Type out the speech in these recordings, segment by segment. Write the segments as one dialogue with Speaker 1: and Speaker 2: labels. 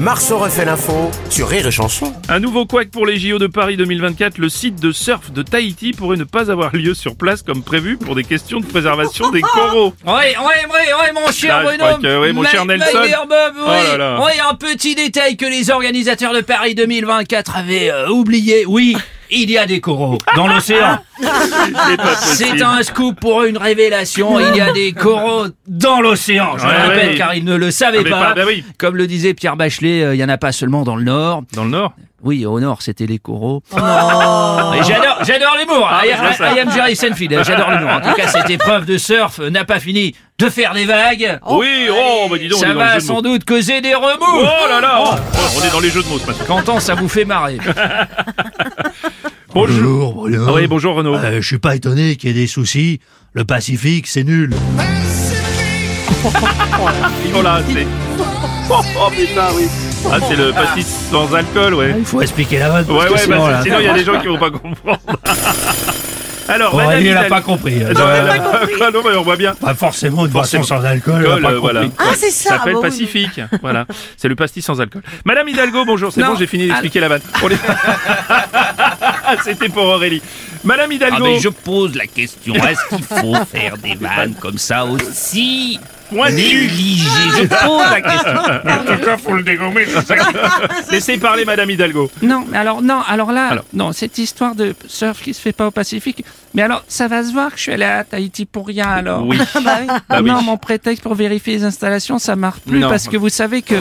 Speaker 1: Marceau refait l'info sur Rire et Chanson.
Speaker 2: Un nouveau couac pour les JO de Paris 2024, le site de surf de Tahiti pourrait ne pas avoir lieu sur place comme prévu pour des questions de préservation des coraux.
Speaker 3: Ouais, ouais, ouais, ouais, mon cher
Speaker 2: Ah, je
Speaker 3: Bruno.
Speaker 2: crois que- ouais, mon
Speaker 3: Ma-
Speaker 2: cher
Speaker 3: ma-
Speaker 2: Nelson.
Speaker 3: meilleur Bob,
Speaker 2: Oh
Speaker 3: ouais.
Speaker 2: là là.
Speaker 3: Ouais, un petit détail que les organisateurs de Paris 2024 avaient euh, oublié. Oui, il y a des coraux dans l'océan.
Speaker 2: Ah, C'est pas
Speaker 3: C'est
Speaker 2: possible.
Speaker 3: un scoop pour une révélation. Il y a des coraux dans l'océan. Je
Speaker 2: Ouais,
Speaker 3: le répète,
Speaker 2: ouais.
Speaker 3: car ils ne le savaient
Speaker 2: Mais
Speaker 3: pas.
Speaker 2: pas- bah oui.
Speaker 3: Comme le disait Pierre Bachelet, euh, il y en a pas seulement dans le Nord.
Speaker 2: Dans le Nord
Speaker 3: Oui, au Nord, c'était les coraux. Et J'adore, j'adore l'humour. I,
Speaker 2: Ah, je vois ça.
Speaker 3: I- I am Jerry Seinfeld. J'adore l'humour. En tout cas, cette épreuve de surf n'a pas fini de faire des vagues.
Speaker 2: Oui, oh, bah dis donc, on
Speaker 3: Ça
Speaker 2: est dans
Speaker 3: va
Speaker 2: les jeux de
Speaker 3: sans
Speaker 2: mots.
Speaker 3: doute causer des
Speaker 2: Oh
Speaker 3: remous.
Speaker 2: là là oh, oh, On est dans les jeux de mots ce matin.
Speaker 3: Quentin, ça vous fait marrer.
Speaker 2: Bonjour.
Speaker 4: Bonjour, Bruno.
Speaker 2: Ah oui, bonjour Renaud.
Speaker 4: Oh, Euh, je suis pas étonné qu'il y ait des soucis. Le Pacifique, c'est nul.
Speaker 2: Ils vont là, c'est... Oh, oh, putain, oui. Ah, c'est le pastis sans alcool, ouais.
Speaker 4: Il faut expliquer la vanne. parce
Speaker 2: Ouais,
Speaker 4: que
Speaker 2: ouais,
Speaker 4: sinon,
Speaker 2: bah,
Speaker 4: là,
Speaker 2: sinon il y a des gens qui vont pas comprendre. Alors,
Speaker 4: Bon,
Speaker 2: madame
Speaker 4: il l'a
Speaker 2: Hidalgo-
Speaker 4: pas compris. euh,
Speaker 2: Non, mais pas compris. Ah, non, mais on voit bien.
Speaker 4: Pas forcément une boisson
Speaker 2: Forcément.
Speaker 4: sans alcool. on l'a
Speaker 2: Alcool,
Speaker 4: pas
Speaker 2: euh, voilà.
Speaker 4: compris.
Speaker 5: Ah, c'est ça,
Speaker 2: Ça s'appelle
Speaker 5: bah oui,
Speaker 2: Pacifique. Voilà. C'est le pastis sans alcool. Madame Hidalgo, bonjour. C'est
Speaker 3: Non.
Speaker 2: bon, j'ai fini d'expliquer la vanne. On est- C'était pour Aurélie. Madame Hidalgo.
Speaker 3: Ah, pose la question. Est-ce qu'il faut faire des vannes comme ça aussi
Speaker 2: Moi, Ah, tu-
Speaker 3: Je pose la question.
Speaker 2: ah, Laissez parler Madame Hidalgo.
Speaker 6: Non, mais alors, non, alors là,
Speaker 2: Alors.
Speaker 6: non, cette histoire de surf qui se fait pas au Pacifique, mais alors, ça va se voir que je suis allé à Tahiti pour rien, alors.
Speaker 2: Oui. Bah oui.
Speaker 6: Non, mon prétexte pour vérifier les installations, ça marche plus,
Speaker 2: Non.
Speaker 6: parce que vous savez que...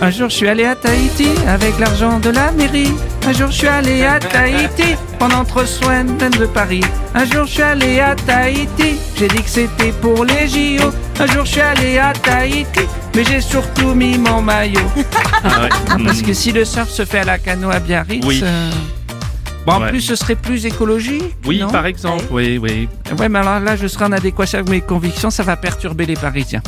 Speaker 6: Un jour, je suis allé à Tahiti avec l'argent de la mairie. Un jour, je suis allé à Tahiti pendant trois semaines de Paris. Un jour, je suis allé à Tahiti. J'ai dit que c'était pour les JO. Un jour, je suis allé à Tahiti, mais j'ai surtout mis mon maillot.
Speaker 2: Ah ouais.
Speaker 6: Parce
Speaker 2: Mm.
Speaker 6: que si le surf se fait à la canoë à Biarritz,
Speaker 2: Oui.
Speaker 6: euh, bon, en
Speaker 2: Ouais.
Speaker 6: plus ce serait plus écologique.
Speaker 2: Oui,
Speaker 6: non
Speaker 2: par exemple. Oui, oui.
Speaker 6: Ouais, mais alors là, je serai en adéquation avec mes convictions, ça va perturber les Parisiens.